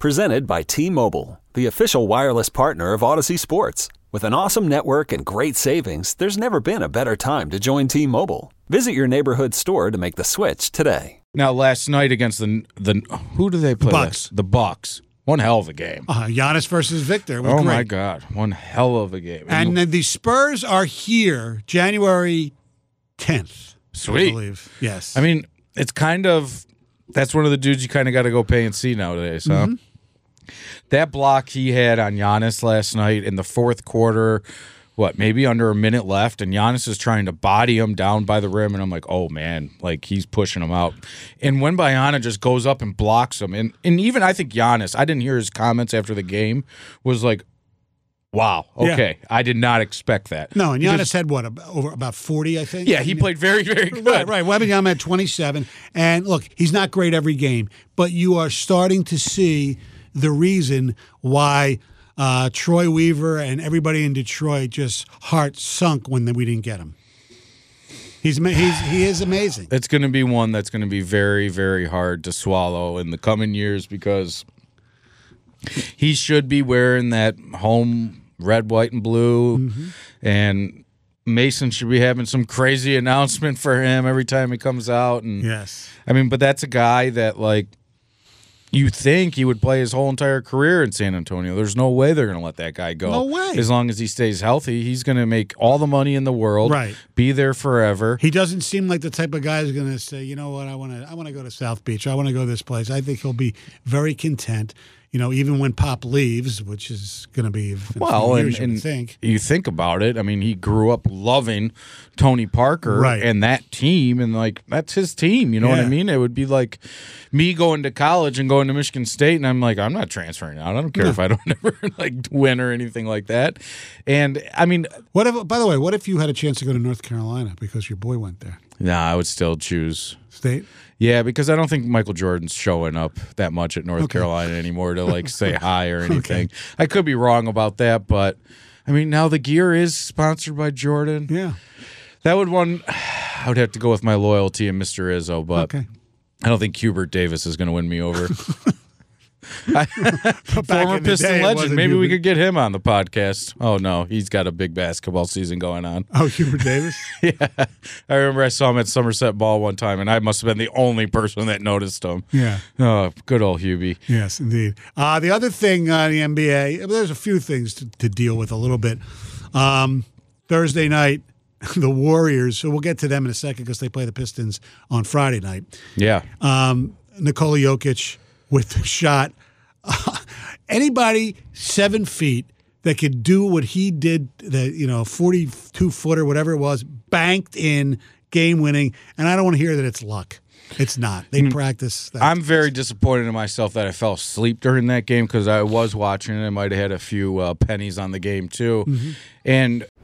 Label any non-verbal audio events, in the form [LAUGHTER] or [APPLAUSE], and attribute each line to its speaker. Speaker 1: Presented by T Mobile, the official wireless partner of Odyssey Sports. With an awesome network and great savings, there's never been a better time to join T Mobile. Visit your neighborhood store to make the switch today.
Speaker 2: Now, last night against the the who do they play?
Speaker 3: Bucks.
Speaker 2: last- The Bucks. One hell of a game.
Speaker 3: Uh, Giannis versus Victor. was
Speaker 2: oh
Speaker 3: great.
Speaker 2: my God, one hell of a game.
Speaker 3: And then the Spurs are here January 10th. I
Speaker 2: Sweet.
Speaker 3: believe. Yes.
Speaker 2: I mean, it's kind of that's one of the dudes you kind of got to go pay and see nowadays, huh?
Speaker 3: Mm-hmm.
Speaker 2: That block he had on Giannis last night in the fourth quarter, what maybe under a minute left, and Giannis is trying to body him down by the rim, and I'm like, oh man, like he's pushing him out. And when Bayana just goes up and blocks him, and and even I think Giannis, I didn't hear his comments after the game, was like. Wow.
Speaker 3: Yeah.
Speaker 2: Okay. I did not expect that.
Speaker 3: no, and
Speaker 2: He
Speaker 3: Giannis
Speaker 2: just-
Speaker 3: had what, about, over about 40, I think?
Speaker 2: Yeah, he played very, very good.
Speaker 3: [LAUGHS] Right, right. Webbyam at 27. And look, he's not great every game, but you are starting to see the reason why uh, Troy Weaver and everybody in Detroit just heart sunk when we didn't get him. He's, ma- he's he is amazing.
Speaker 2: it's going to be one that's going to be very very hard to swallow in the coming years because he should be wearing that home red white and blue
Speaker 3: Mm-hmm.
Speaker 2: and Mason should be having some crazy announcement for him every time he comes out and
Speaker 3: Yes.
Speaker 2: I mean but that's a guy that like you think he would play his whole entire career in San Antonio. There's no way they're going to let that guy go.
Speaker 3: No way.
Speaker 2: As long as he stays healthy, he's going to make all the money in the world.
Speaker 3: Right.
Speaker 2: Be there forever.
Speaker 3: He doesn't seem like the type of guy who's going to say, you know what, I want to, I want to go to South Beach. I want to go this place. I think he'll be very content. You know, even when Pop leaves, which is going to be a few
Speaker 2: Well, and,
Speaker 3: years, I would
Speaker 2: and
Speaker 3: think
Speaker 2: you think about it. I mean, he grew up loving Tony Parker
Speaker 3: Right.
Speaker 2: and that team, and like that's his team. You know what I
Speaker 3: Yeah.
Speaker 2: mean? It would be like me going to college and going to Michigan State, and I'm like, I'm not transferring out. I don't care if I don't [LAUGHS] ever like win or anything like that. And I mean,
Speaker 3: What if, by the way, what if you had a chance to go to North Carolina because your boy went there?
Speaker 2: nah, I would still choose.
Speaker 3: State?
Speaker 2: Yeah, because I don't think Michael Jordan's showing up that much at North Carolina anymore to like
Speaker 3: [LAUGHS]
Speaker 2: say hi or anything. I could be wrong about that, but I mean, now the gear is sponsored by Jordan.
Speaker 3: Yeah.
Speaker 2: That would one. [SIGHS] I would have to go with my loyalty and Mr. Izzo, but
Speaker 3: Okay.
Speaker 2: I don't think Hubert Davis is going to win me
Speaker 3: [LAUGHS]
Speaker 2: over.
Speaker 3: back
Speaker 2: Former
Speaker 3: in the day,
Speaker 2: Piston
Speaker 3: it
Speaker 2: legend.
Speaker 3: wasn't
Speaker 2: Maybe we
Speaker 3: Hubert.
Speaker 2: could get him on the podcast. Oh no, he's got a big basketball season going on. [LAUGHS]
Speaker 3: Oh, Hubert Davis?
Speaker 2: I remember I saw him at Somerset Ball one time, and I must have been the only person that noticed him.
Speaker 3: Yeah.
Speaker 2: Oh, good old Hubie.
Speaker 3: Yes, indeed. Uh, the other thing on the NBA, there's a few things to, to deal with a little bit. Um, Thursday night, [LAUGHS] the Warriors, so we'll get to them in a second because they play the Pistons on Friday night.
Speaker 2: Yeah.
Speaker 3: Um, Nikola Jokic with the shot. [LAUGHS] Anybody seven feet that could do what he did, that, you know, 42 footer, whatever it was, banked in game winning. And I don't want to hear that it's luck. It's not. They practice that.
Speaker 2: I'm very disappointed in myself that I fell asleep during that game because I was watching it. I might have had a few uh, pennies on the game too,
Speaker 3: Mm-hmm.
Speaker 2: and